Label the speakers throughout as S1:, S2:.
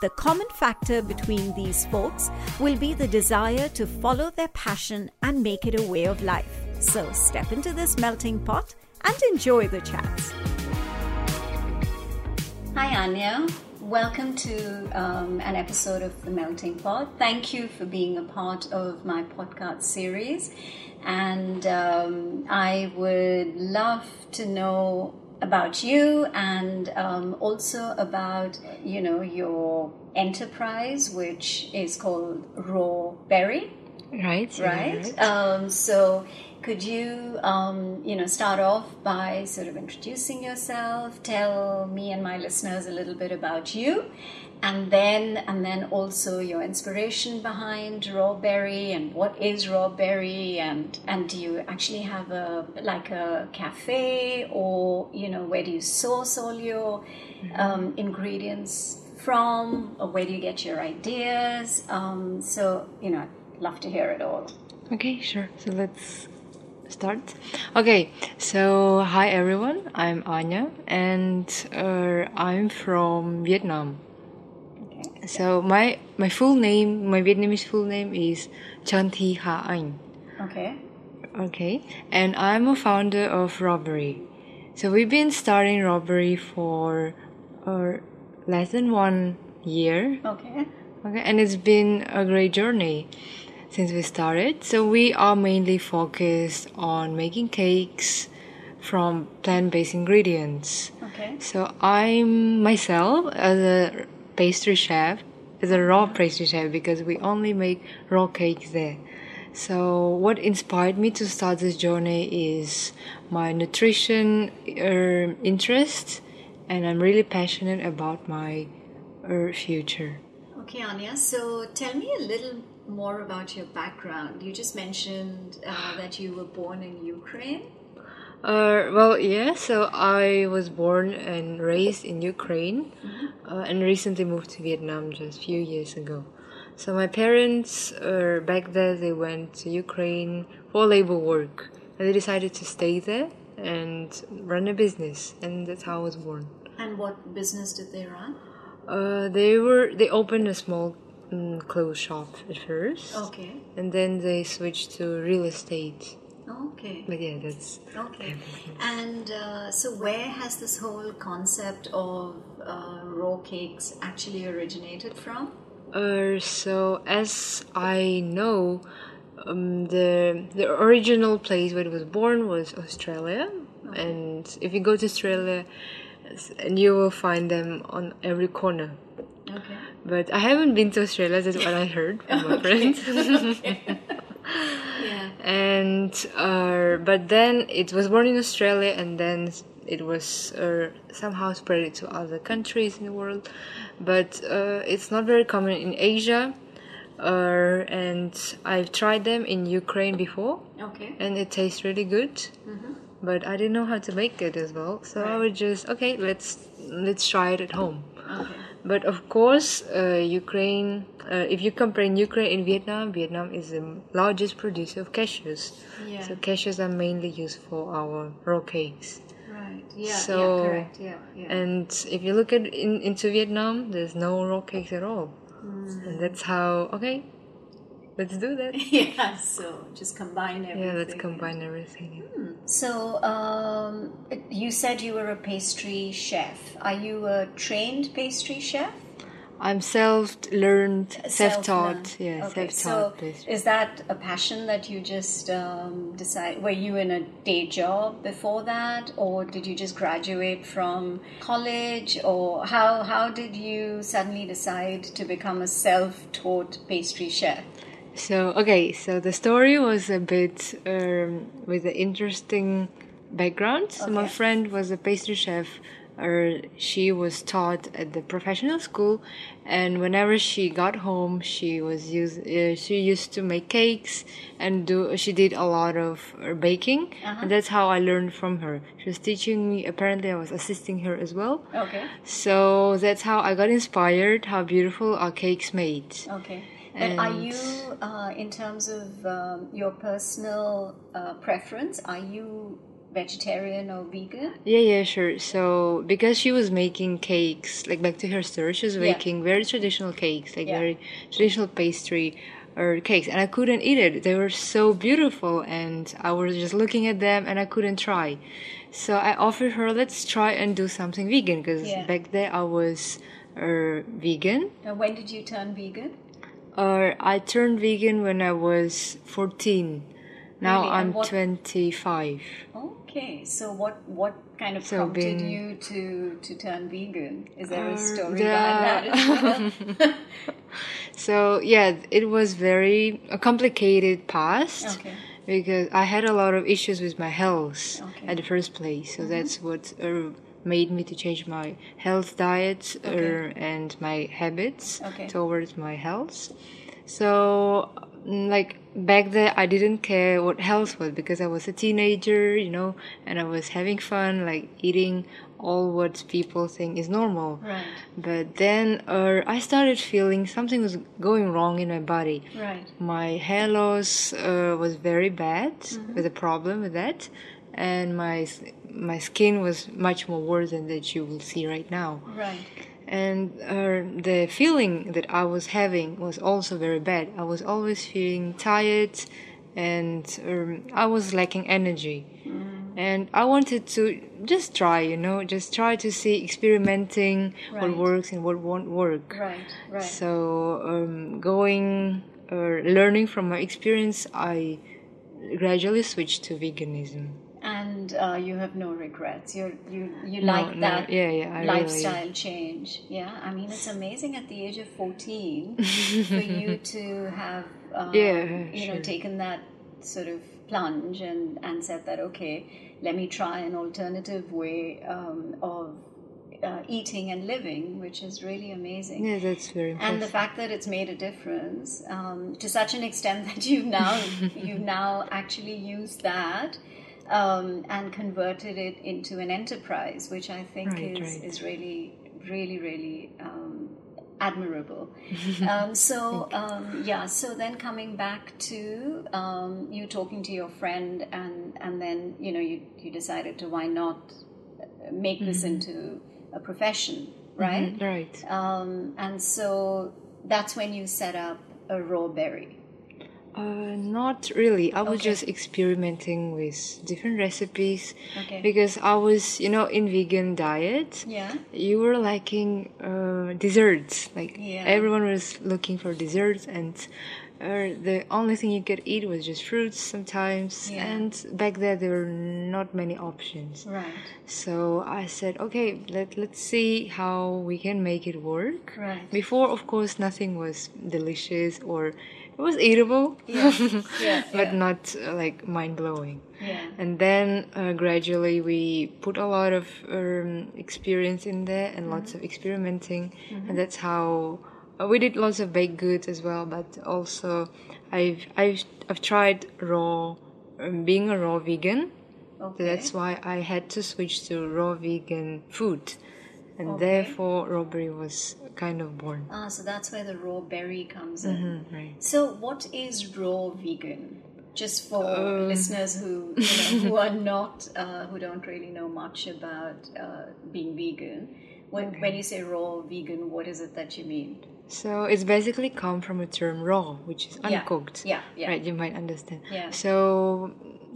S1: The common factor between these folks will be the desire to follow their passion and make it a way of life. So step into this melting pot and enjoy the chats.
S2: Hi, Anya. Welcome to um, an episode of The Melting Pot. Thank you for being a part of my podcast series. And um, I would love to know about you and um, also about, you know, your enterprise, which is called Raw Berry,
S3: Right.
S2: right? Um, so could you, um, you know, start off by sort of introducing yourself, tell me and my listeners a little bit about you, and then and then also your inspiration behind raw berry and what is raw berry and and do you actually have a like a cafe or you know where do you source all your um, ingredients from or where do you get your ideas? Um, so you know, I'd love to hear it all.
S3: Okay, sure. So let's start. Okay, so hi everyone. I'm Anya and uh, I'm from Vietnam. So my my full name, my Vietnamese full name is Chan Thi Ha Anh.
S2: Okay.
S3: Okay, and I'm a founder of Robbery. So we've been starting Robbery for uh, less than one year.
S2: Okay.
S3: Okay, and it's been a great journey since we started. So we are mainly focused on making cakes from plant-based ingredients.
S2: Okay.
S3: So I'm myself as a pastry chef, as a raw pastry chef because we only make raw cakes there. So what inspired me to start this journey is my nutrition uh, interest, and I'm really passionate about my uh, future.
S2: Okay, Anya. So tell me a little more about your background. You just mentioned uh, that you were born in Ukraine.
S3: Uh, well, yeah, so I was born and raised in Ukraine
S2: Mm-hmm.
S3: uh, and recently moved to Vietnam just a few years ago. So my parents uh, back there, they went to Ukraine for labor work and they decided to stay there and run a business and that's how I was born.
S2: And what business did they run?
S3: Uh, they were they opened a small mm, clothes shop at first
S2: Okay.
S3: and then they switched to real estate.
S2: Okay.
S3: But yeah, that's
S2: Okay. And uh, so, where has this whole concept of uh, raw cakes actually originated from?
S3: Uh, so as I know, um, the the original place where it was born was Australia, and if you go to Australia, s- and you will find them on every corner.
S2: Okay.
S3: But I haven't been to Australia. That's what I heard from my friends.
S2: Yeah.
S3: and uh, but then it was born in Australia, and then it was uh, somehow spread to other countries in the world. But uh, it's not very common in Asia, uh, and I've tried them in Ukraine before,
S2: Okay.
S3: and it tastes really good. But I didn't know how to make it as well, so I was just okay. Let's let's try it at home.
S2: Okay.
S3: But of course, uh, Ukraine, uh, if you compare Ukraine and Vietnam, Vietnam is the largest producer of cashews.
S2: Yeah.
S3: So cashews are mainly used for our raw cakes.
S2: Right. Yeah.
S3: So-
S2: yeah. Correct. Yeah. Yeah.
S3: And if you look at in, into Vietnam, there's no raw cakes at all.
S2: Mm.
S3: And that's how, okay, let's do that.
S2: yeah. So just combine everything.
S3: Yeah, let's combine everything.
S2: So um, you said you were a pastry chef. Are you a trained pastry chef?
S3: I'm self-learned,
S2: Self-learned.
S3: self-taught. Yeah,
S2: Okay. So
S3: self-taught. pastry.
S2: is that a passion that you just um, decide? Were you in a day job before that, or did you just graduate from college, or how how did you suddenly decide to become a self-taught pastry chef?
S3: So okay, so the story was a bit um, with an interesting background. So my
S2: Okay.
S3: friend was a pastry chef. Or she was taught at the professional school, and whenever she got home, she was used. Uh, she used to make cakes and do. She did a lot of uh, baking,
S2: Uh-huh.
S3: and that's how I learned from her. She was teaching me. Apparently, I was assisting her as well.
S2: Okay.
S3: So that's how I got inspired. How beautiful are cakes made?
S2: Okay. But are
S3: And-
S2: you, uh, in terms of um, your personal uh, preference, are you vegetarian or vegan?
S3: Yeah, yeah, sure. So because she was making cakes, like back to her story, she was making very traditional cakes, like
S2: Yeah.
S3: very traditional pastry or cakes, and I couldn't eat it. They were so beautiful, and I was just looking at them, and I couldn't try. So I offered her, let's try and do something vegan, because
S2: Yeah.
S3: back there I was uh, vegan,
S2: Uh, when did you turn vegan?
S3: or I turned vegan when I was fourteen. Now
S2: Really? And
S3: I'm
S2: what-
S3: twenty-five.
S2: Okay, so what what kind of
S3: So
S2: prompted
S3: being-
S2: you to to turn vegan? Is there
S3: Uh,
S2: a story
S3: the-
S2: behind that as well?
S3: So yeah, it was very a complicated past
S2: Okay.
S3: because I had a lot of issues with my health
S2: Okay. Mm-hmm.
S3: at the first place. So that's what uh, made me to change my health diet uh,
S2: Okay.
S3: and my habits
S2: Okay.
S3: towards my health. So mm, like back there I didn't care what health was because I was a teenager, you know, and I was having fun like eating all what people think is normal.
S2: right,
S3: But then uh, I started feeling something was going wrong in my body.
S2: right.
S3: My hair loss uh, was very bad, with a problem with that, and my s- my skin was much more worse than that you will see right now.
S2: Right.
S3: And uh, the feeling that I was having was also very bad. I was always feeling tired, and um, I was lacking energy. And I wanted to just try, you know, just try to see experimenting
S2: Right.
S3: what works and what won't work.
S2: Right. Right.
S3: So um, going or learning from my experience, I gradually switched to veganism.
S2: and uh, you have no regrets. You you you
S3: No,
S2: like
S3: no,
S2: that
S3: yeah, yeah, I really-
S2: lifestyle change. Yeah, I mean it's amazing at the age of fourteen for you to have um,
S3: Yeah,
S2: you know
S3: sure.
S2: taken that sort of plunge and and said that okay, let me try an alternative way um, of uh, eating and living, which is really amazing.
S3: Yeah, that's very
S2: And
S3: important.
S2: the fact that it's made a difference um, to such an extent that you've now you've now actually used that um, and converted it into an enterprise, which I think
S3: Right,
S2: is
S3: right.
S2: is really really really um, admirable. um, so um, yeah, so then coming back to um, you talking to your friend, and and then you know you you decided to why not uh, make this
S3: Mm-hmm.
S2: into a profession, right?
S3: right.
S2: Um, and so that's when you set up a raw berry.
S3: Uh, not really. I was
S2: Okay.
S3: just experimenting with different recipes
S2: Okay.
S3: because I was, you know, in vegan diet.
S2: Yeah.
S3: You were liking uh, desserts. Like
S2: Yeah.
S3: everyone was looking for desserts, and uh, the only thing you could eat was just fruits sometimes.
S2: Yeah.
S3: And back there, there were not many options.
S2: Right.
S3: So I said, okay, let, let's see how we can make it work.
S2: Right.
S3: Before, of course, nothing was delicious or it was eatable,
S2: yeah,
S3: but
S2: yeah.
S3: not uh, like mind blowing.
S2: Yeah.
S3: And then uh, gradually we put a lot of um, experience in there and lots of experimenting,
S2: Mm-hmm.
S3: and that's how uh, we did lots of baked goods as well. But also, I've I've, I've tried raw, um, being a raw vegan.
S2: Okay.
S3: That's why I had to switch to raw vegan food. and
S2: Okay.
S3: therefore robbery was kind of born.
S2: Ah, so that's where the raw berry comes in.
S3: Mhm, right.
S2: So, what is raw vegan? Just for listeners who you know, who are not uh, who don't really know much about uh, being vegan, when when you say raw vegan, what is it that you mean?
S3: So it's basically come from a term raw, which is
S2: Yeah,
S3: uncooked.
S2: yeah, yeah.
S3: Right, you might understand.
S2: Yeah.
S3: So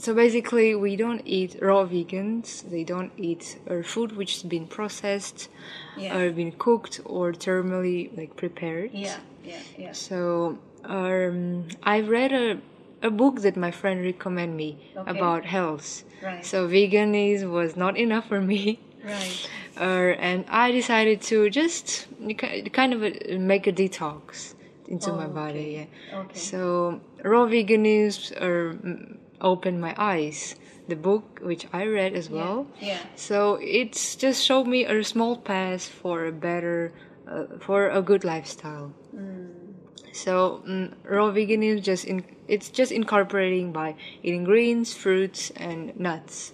S3: so basically we don't eat raw vegans. They don't eat uh, food which has been processed
S2: Yeah.
S3: or been cooked or thermally like prepared.
S2: Yeah, yeah, yeah.
S3: So um, I read a, a book that my friend recommended me
S2: Okay.
S3: about health.
S2: Right.
S3: So veganism was not enough for me.
S2: Right.
S3: Uh, and I decided to just ki- kind of uh make a detox into my body. Yeah.
S2: Oh, Okay.
S3: So raw veganism uh, mm, opened my eyes. The book which I read as well.
S2: yeah.
S3: So it's just showed me a small path for a better, uh, for a good lifestyle.
S2: Mm.
S3: So mm, raw veganism just in, it's just incorporating by eating greens, fruits, and nuts.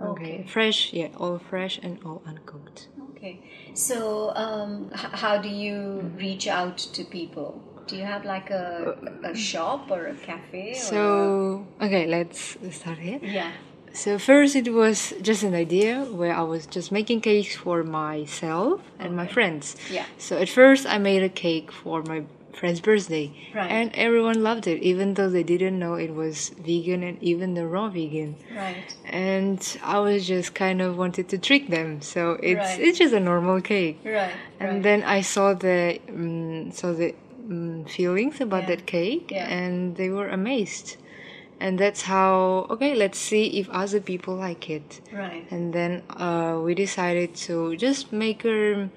S3: Okay. fresh, yeah, all fresh and all uncooked.
S2: Okay. So, um, h- how do you reach out to people? Do you have like a, a shop or a cafe? Or
S3: So okay, let's start here.
S2: a, yeah.
S3: So first, it was just an idea where I was just making cakes for myself and my friends.
S2: Yeah.
S3: So at first, I made a cake for my friend's birthday,
S2: Right.
S3: and everyone loved it, even though they didn't know it was vegan and even the raw vegan.
S2: Right.
S3: And I was just kind of wanted to trick them, so it's
S2: Right.
S3: it's just a normal cake.
S2: Right.
S3: And
S2: right.
S3: then I saw the um, saw the um, feelings about that cake,
S2: Yeah.
S3: and they were amazed. And that's how okay, let's see if other people like it.
S2: Right.
S3: And then uh, we decided to just make a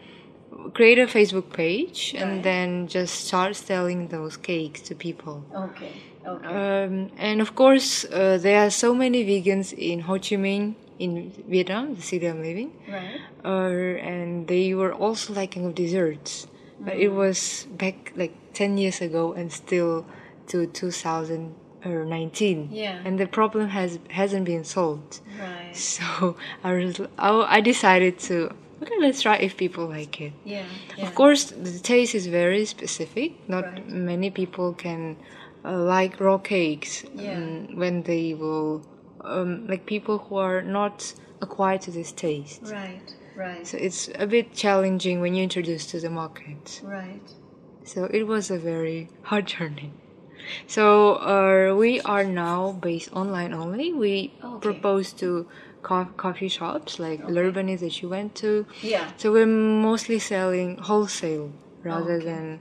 S3: create a Facebook page,
S2: Right.
S3: and then just start selling those cakes to people.
S2: Okay. Okay.
S3: Um, and of course, uh, there are so many vegans in Ho Chi Minh, in Vietnam, the city I'm living
S2: right.
S3: uh, and they were also liking of desserts. But it
S2: Mm.
S3: was back like ten years ago, and still to two thousand or nineteen.
S2: Yeah.
S3: And the problem has hasn't been solved.
S2: Right.
S3: So I was, I, I decided to okay, let's try if people like it.
S2: Yeah. Yeah.
S3: Of course, the taste is very specific. Not
S2: Right.
S3: many people can uh, like raw cakes
S2: Yeah.
S3: um, when they will um, like people who are not acquired to this taste.
S2: Right. Right.
S3: So it's a bit challenging when you introduce to the market.
S2: right.
S3: So it was a very hard journey. So uh, we are now based online only. We
S2: Oh, Okay.
S3: propose to co- coffee shops like L'Urbanist that you went to.
S2: Yeah.
S3: So we're mostly selling wholesale rather than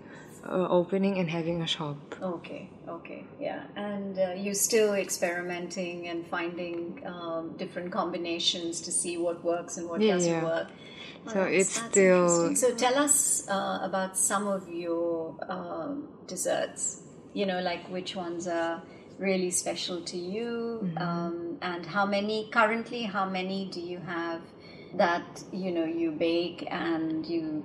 S3: uh, opening and having a shop.
S2: Okay. Okay. Yeah. And uh, you're still experimenting and finding um, different combinations to see what works and what
S3: Yeah,
S2: doesn't
S3: yeah.
S2: work. Well,
S3: So
S2: that's-
S3: it's
S2: that's
S3: still-
S2: interesting. So tell us uh, about some of your um, desserts. You know, like which ones are really special to you,
S3: Mm-hmm.
S2: um, and how many currently? How many do you have that you know you bake and you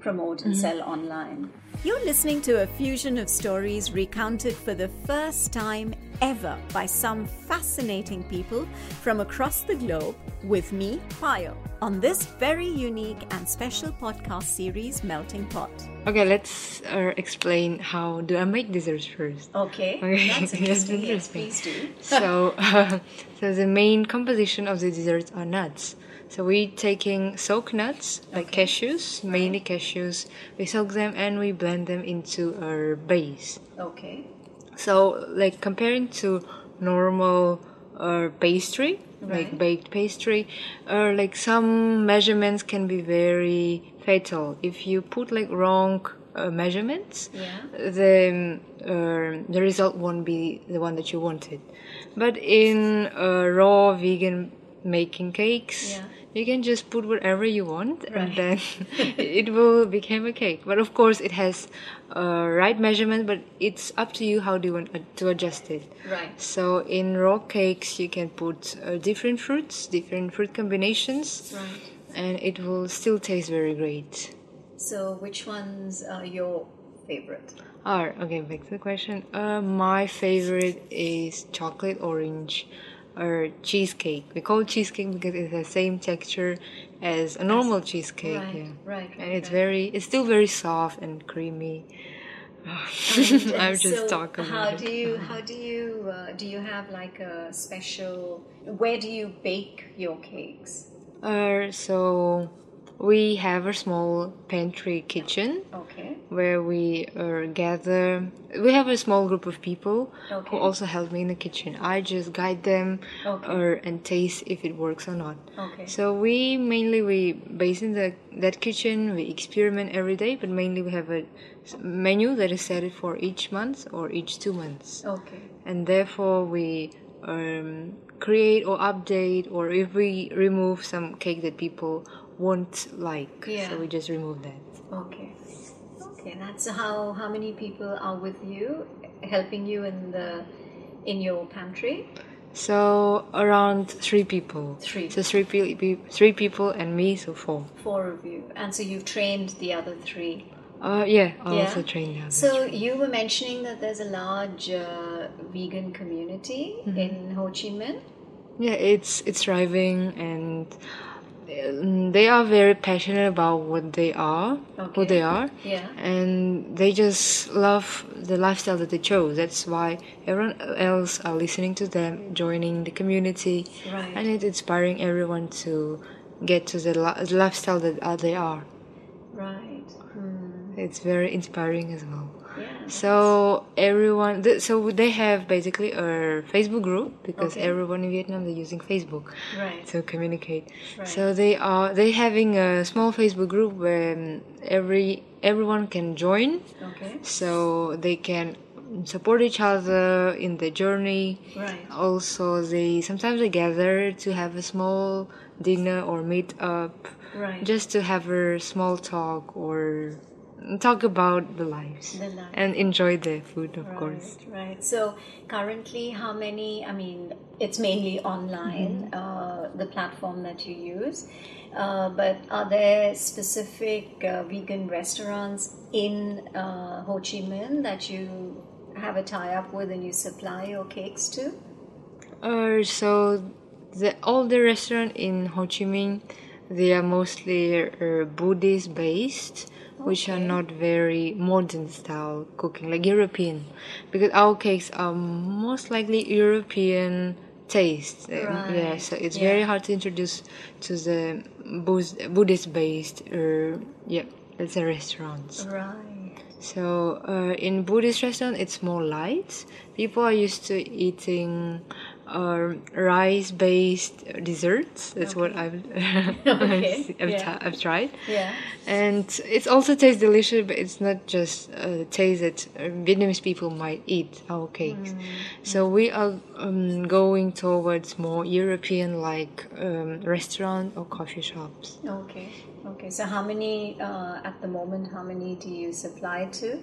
S2: promote
S3: Mm-hmm.
S2: and sell online?
S1: You're listening to a fusion of stories recounted for the first time ever by some fascinating people from across the globe with me, Pio, on this very unique and special podcast series, Melting Pot.
S3: Okay, let's uh, explain how do I make desserts first.
S2: Okay,
S3: Okay,
S2: that's
S3: that's
S2: interesting. yes,
S3: interesting.
S2: please do.
S3: so so the main composition of the desserts are nuts so we taking soak nuts like cashews mainly cashews we soak them and we blend them into our base
S2: Okay,
S3: so like comparing to normal uh, pastry like baked pastry or like some measurements can be very fatal if you put like wrong uh, measurements
S2: Yeah.
S3: the um, the result won't be the one that you wanted. But in uh, raw vegan making cakes,
S2: Yeah.
S3: you can just put whatever you want, and then it will become a cake. But of course, it has uh, right measurement, but it's up to you how do you want uh, to adjust it.
S2: Right.
S3: So in raw cakes, you can put uh, different fruits, different fruit combinations,
S2: right.
S3: and it will still taste very great.
S2: So, which ones are your favorite?
S3: Alright, okay, back to the question. Uh, my favorite is chocolate orange or cheesecake. We call it cheesecake because it's the same texture as a normal cheesecake.
S2: Right,
S3: yeah.
S2: right,
S3: And it's
S2: right.
S3: very, it's still very soft and creamy.
S2: And
S3: I'm
S2: so
S3: just talking
S2: How
S3: about it. Uh-huh.
S2: do you? How do you? Uh, do you have like a special? Where do you bake your cakes?
S3: Uh, so we have a small pantry kitchen
S2: Okay.
S3: where we uh, gather. We have a small group of people
S2: Okay.
S3: who also help me in the kitchen. I just guide them
S2: Okay.
S3: or and taste if it works or not.
S2: Okay.
S3: So we mainly we based in the that kitchen we experiment every day, but mainly we have a s- menu that is set for each month or each two months
S2: Okay.
S3: and therefore we um, create or update or if we remove some cake that people won't like
S2: Yeah.
S3: so we just remove that
S2: Okay. Okay. That's how. How many people are with you, helping you in the in your pantry?
S3: so around three people
S2: Three.
S3: so three, pe- pe- three people and me so four
S2: Four of you, and so you've trained the other three.
S3: uh, yeah i
S2: Yeah.
S3: also train them
S2: So you were mentioning that there's a large uh, vegan community in Ho Chi Minh.
S3: yeah it's it's thriving and um, they are very passionate about what they are
S2: Okay.
S3: who they are
S2: Yeah.
S3: and they just love the lifestyle that they chose that's why everyone else are listening to them joining the community
S2: Right.
S3: and it's inspiring everyone to get to the li- lifestyle that uh, they are
S2: Right. Hmm.
S3: it's very inspiring as well
S2: Yeah.
S3: so everyone th- so they have basically a facebook group because
S2: Okay.
S3: everyone in vietnam they're using facebook
S2: Right.
S3: to communicate.
S2: Right.
S3: So they are they having a small Facebook group where um, every everyone can join,
S2: Okay.
S3: so they can support each other in the journey.
S2: Right.
S3: Also, they sometimes they gather to have a small dinner or meet up,
S2: Right.
S3: just to have a small talk or talk about the lives
S2: The life.
S3: and enjoy the food, of course.
S2: Right, right. So currently, how many? I mean, it's mainly online, uh, the platform that you use. Uh, but are there specific uh, vegan restaurants in uh, Ho Chi Minh that you have a tie up with and you supply your cakes to?
S3: Uh, so the all the restaurant in Ho Chi Minh, they are mostly uh, Buddhist based, which are not very modern style cooking like European, because our cakes are most likely European taste. Um, Yeah,
S2: Right,
S3: so it's
S2: yeah.
S3: very hard to introduce to the Buddhist based. Uh, yeah, it's a restaurants.
S2: Right.
S3: So uh, in Buddhist restaurant, it's more light. People are used to eating uh, rice-based desserts. That's what I've I've,
S2: Okay,
S3: I've,
S2: yeah.
S3: ti- I've tried,
S2: Yeah.
S3: and it also tastes delicious. But it's not just uh, taste that uh, Vietnamese people might eat our cakes.
S2: Mm.
S3: So we are um, going towards more European-like um, restaurant or coffee shops.
S2: Okay. Okay. So how many uh, at the moment? How many do you supply to?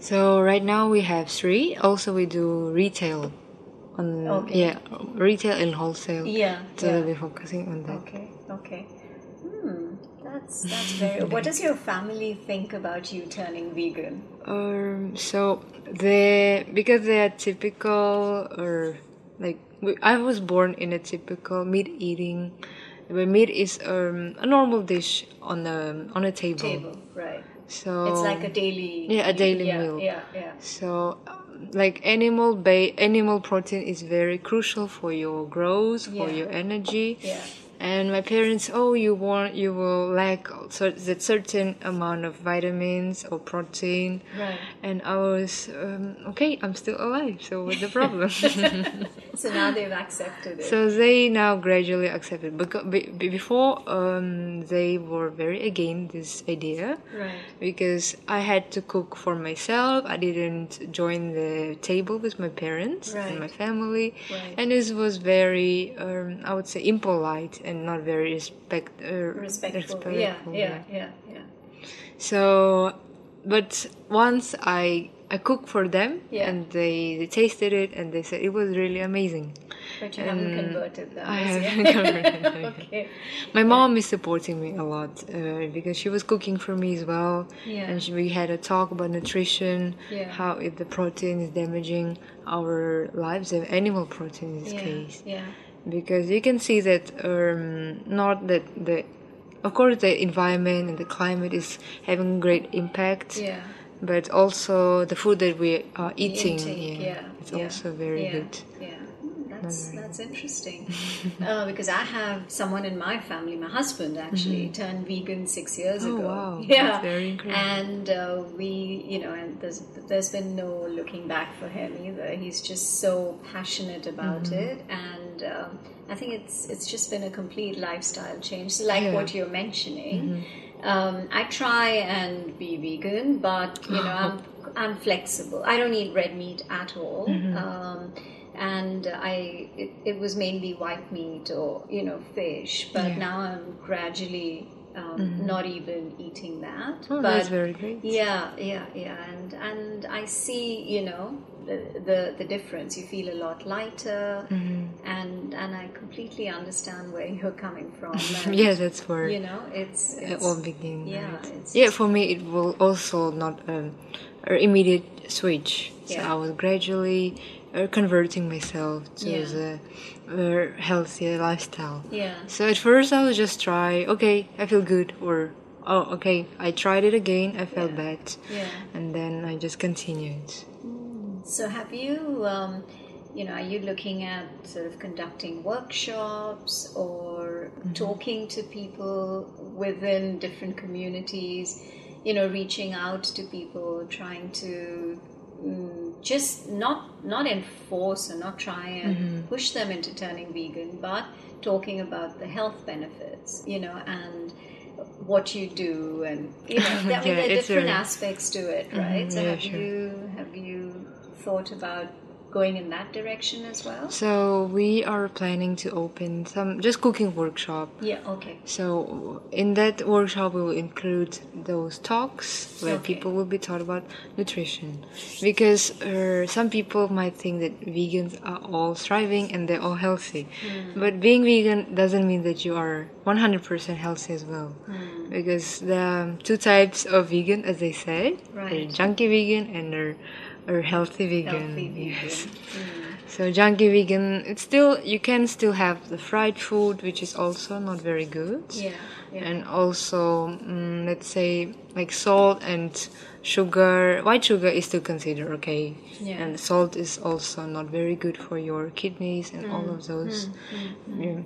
S3: So right now we have three. Also we do retail on
S2: Okay.
S3: yeah, retail and wholesale.
S2: Yeah,
S3: So
S2: yeah.
S3: we'll be focusing on that.
S2: Okay, okay. Hmm, that's that's very. what does your family think about you turning vegan?
S3: Um so the because they are typical or like we, I was born in a typical meat eating where meat is um, a normal dish on a on a table.
S2: Table, right?
S3: So
S2: it's like a daily.
S3: yeah, a daily
S2: yeah,
S3: meal.
S2: Yeah, yeah.
S3: So, um, like animal ba- animal protein is very crucial for your growth, for
S2: Yeah.
S3: your energy.
S2: Yeah.
S3: And my parents, oh, you want you will lack cer- that certain amount of vitamins or protein.
S2: Right.
S3: And I was um, okay. I'm still alive. So what's the problem?
S2: So now they've accepted it.
S3: So they now gradually accept it. Because be, be- before um, they were very against this idea,
S2: Right.
S3: Because I had to cook for myself. I didn't join the table with my parents
S2: Right.
S3: and my family,
S2: Right.
S3: and this was very, um, I would say, impolite and not very respect uh,
S2: Respectful.
S3: respectful.
S2: Yeah, yeah, yeah, yeah.
S3: So, but once I I cooked for them,
S2: Yeah.
S3: and they, they tasted it, and they said it was really amazing.
S2: But you haven't converted them.
S3: Um, I
S2: is it?
S3: haven't converted them yet.
S2: okay.
S3: My mom is supporting me a lot uh, because she was cooking for me as well,
S2: Yeah.
S3: and she, we had a talk about nutrition,
S2: Yeah.
S3: how if the protein is damaging our lives, the animal protein in this
S2: Yeah,
S3: case,
S2: yeah.
S3: because you can see that um, not that the of course the environment and the climate is having great impact
S2: Yeah.
S3: but also the food that we are eating
S2: Intake,
S3: yeah,
S2: yeah.
S3: it's
S2: yeah,
S3: also very
S2: yeah,
S3: good
S2: Yeah. Mm, That's, that's interesting uh, because I have someone in my family, my husband actually turned vegan six years
S3: Mm-hmm. Oh,
S2: ago.
S3: wow.
S2: Yeah,
S3: That's very incredible.
S2: And uh, we, you know, and there's there's been no looking back for him either. He's just so passionate about
S3: Mm-hmm.
S2: it, and um, I think it's it's just been a complete lifestyle change. So like
S3: Yeah. Mm-hmm.
S2: what you're mentioning, um, I try and be vegan, but you know, I'm I'm flexible. I don't eat red meat at all.
S3: Mm-hmm.
S2: Um, and I, it, it was mainly white meat or you know fish, but
S3: Yeah. Mm-hmm.
S2: now I'm gradually um, not even eating that.
S3: Oh,
S2: but
S3: that's very great.
S2: Yeah, yeah, yeah, and and I see you know the the, the difference. You feel a lot lighter,
S3: Mm-hmm.
S2: and and I completely understand where you're coming from. and,
S3: yeah that's for
S2: you know, it's,
S3: it
S2: it's
S3: all begin
S2: yeah,
S3: right?
S2: it's-
S3: yeah for me it will also not um, an immediate switch so
S2: Yeah.
S3: i was gradually uh, converting myself to
S2: Yeah.
S3: the uh, healthier lifestyle
S2: Yeah.
S3: so at first i would just try okay i feel good or oh okay i tried it again i felt bad
S2: Yeah.
S3: and then i just continued
S2: So, have you, um, you know, are you looking at sort of conducting workshops or
S3: Mm-hmm.
S2: talking to people within different communities? You know, reaching out to people, trying to mm, just not not enforce or not try and
S3: Mm-hmm.
S2: push them into turning vegan, but talking about the health benefits. You know, and what you do and you know, I mean,
S3: Yeah,
S2: there are
S3: it's
S2: different
S3: very-
S2: aspects to it, right? so
S3: Mm-hmm. yeah,
S2: have
S3: sure.
S2: you have you thought about going in that direction as well?
S3: so we are planning to open some just cooking workshop
S2: Yeah. Okay.
S3: So in that workshop, we will include those talks where
S2: Okay.
S3: people will be taught about nutrition, because uh, some people might think that vegans are all thriving and they're all healthy,
S2: Hmm.
S3: but being vegan doesn't mean that you are 100% healthy as well,
S2: Hmm.
S3: because there are two types of vegan, as they say,
S2: Right.
S3: they're junky vegan and they're, or healthy vegan.
S2: Healthy vegan.
S3: Yes. So junky vegan, it's still you can still have the fried food, which is also not very good.
S2: Yeah, yeah.
S3: And also, mm, let's say like salt and sugar. White sugar is still considered okay.
S2: Yeah.
S3: And salt is also not very good for your kidneys and all
S2: Mm,
S3: of those. Yeah.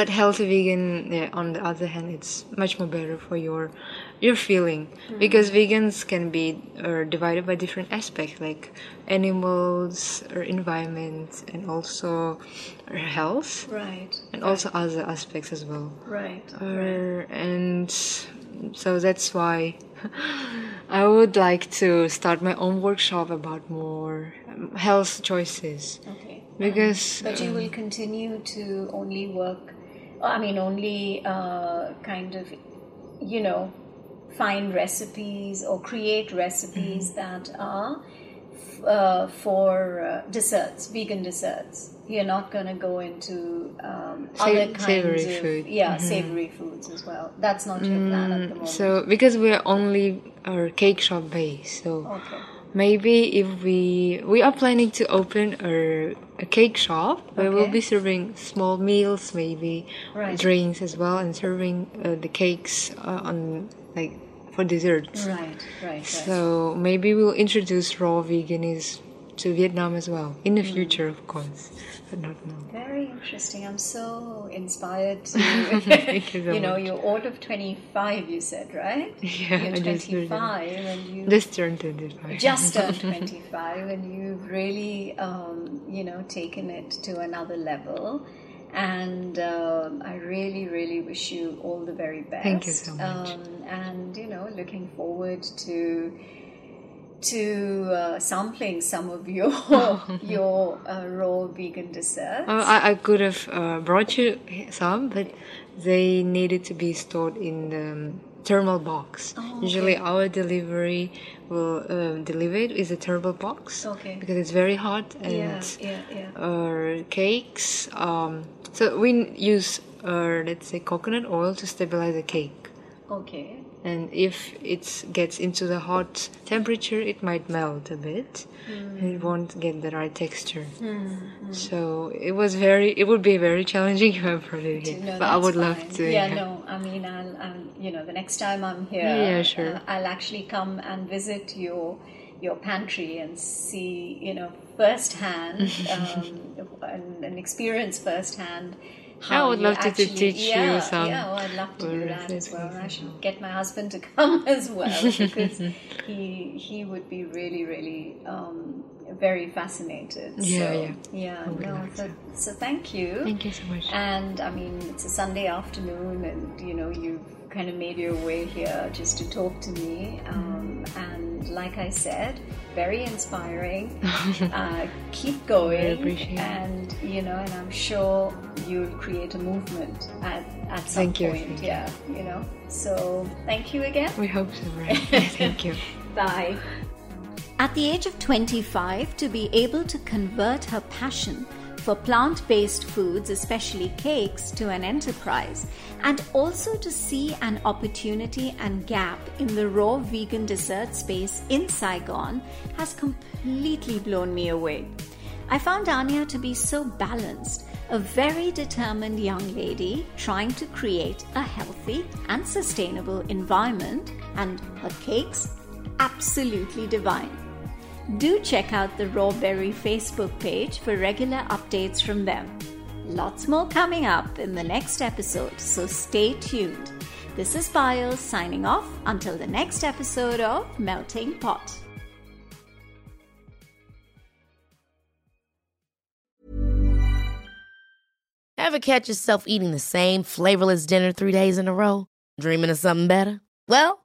S3: But healthy vegan, yeah, on the other hand, it's much more better for your your feeling
S2: Mm-hmm.
S3: because vegans can be uh, divided by different aspects like animals or environment and also uh, health
S2: Right.
S3: and also other aspects as well.
S2: Right.
S3: Uh, and so that's why I would like to start my own workshop about more um, health choices
S2: Okay.
S3: because
S2: But you will continue to only work. I mean, only uh, kind of, you know, find recipes or create recipes
S3: Mm-hmm.
S2: that are f- uh, for uh, desserts, vegan desserts. You're not going to go into um,
S3: Sa-
S2: other kinds
S3: savory
S2: of
S3: food. Mm-hmm. Mm,
S2: yeah savory foods as well. That's not your plan at the moment.
S3: So because we're only our cake shop based, so
S2: Okay.
S3: maybe if we we are planning to open a, a cake shop where we'll
S2: Okay.
S3: be serving small meals, maybe
S2: Right.
S3: drinks as well, and serving uh, the cakes uh, on like for desserts.
S2: Right, right, right.
S3: So maybe we'll introduce raw veganism to Vietnam as well in the
S2: Mm.
S3: future, of course, but not now.
S2: Very interesting. I'm so inspired to,
S3: Thank
S2: you,
S3: you so
S2: know,
S3: much.
S2: you're all of 25, you said, right?
S3: Yeah,
S2: You're
S3: I just heard it.
S2: 25 and you
S3: Just turn to this part.
S2: just turned 25 and you've really, um, you know, taken it to another level. And um, I really, really wish you all the very best.
S3: Thank you so much.
S2: Um, and, you know, looking forward to to uh, sampling some of your your uh, raw vegan desserts.
S3: Oh, I, I could have uh, brought you some, but they needed to be stored in the um, thermal
S2: Oh,
S3: box. Usually, our delivery will um, deliver it is a thermal box
S2: Okay.
S3: because it's very hot and
S2: yeah, yeah, yeah.
S3: uh, cakes. Um, so we n- use, uh, let's say, coconut oil to stabilize the cake.
S2: Okay.
S3: and if it gets into the hot temperature it might melt a bit
S2: Hmm.
S3: and it won't get the right texture so it was very it would be very challenging if i brought it here
S2: No,
S3: but i
S2: that's
S3: would love
S2: fine.
S3: to
S2: Yeah, no, I mean, I'll, I'll, you know, the next time I'm here,
S3: Yeah, sure.
S2: uh, I'll actually come and visit your your pantry and see, you know, firsthand um, and, and experience firsthand. How
S3: would
S2: you
S3: love to- to
S2: actually,
S3: teach you
S2: yeah,
S3: some
S2: Yeah, well, I'd love to do
S3: or
S2: that as well. And I
S3: recipes.
S2: should get my husband to come as well because he he would be really, really um, very fascinated.
S3: Yeah,
S2: so,
S3: yeah.
S2: yeah.
S3: would
S2: No,
S3: love
S2: so, so thank you.
S3: Thank you so much.
S2: And I mean, it's a Sunday afternoon, and you know, you kind of made your way here just to talk to me. Um, and like I said, very inspiring. uh, keep going,
S3: appreciate it.
S2: and you know, and I'm sure you'll create a movement at, at some
S3: Thank you,
S2: point.
S3: thank you.
S2: yeah, you know. So thank you again.
S3: we hope so right thank you
S2: Bye.
S1: At the age of 25, to be able to convert her passion for plant based foods, especially cakes, to an enterprise, and also to see an opportunity and gap in the raw vegan dessert space in Saigon has completely blown me away. I found Anya to be so balanced, a very determined young lady trying to create a healthy and sustainable environment, and her cakes absolutely divine. Do check out the Raw Berry Facebook page for regular updates from them. Lots more coming up in the next episode, so stay tuned. This is Payal signing off until the next episode of Melting Pot.
S4: Ever catch yourself eating the same flavorless dinner three days in a row? Dreaming of something better? Well,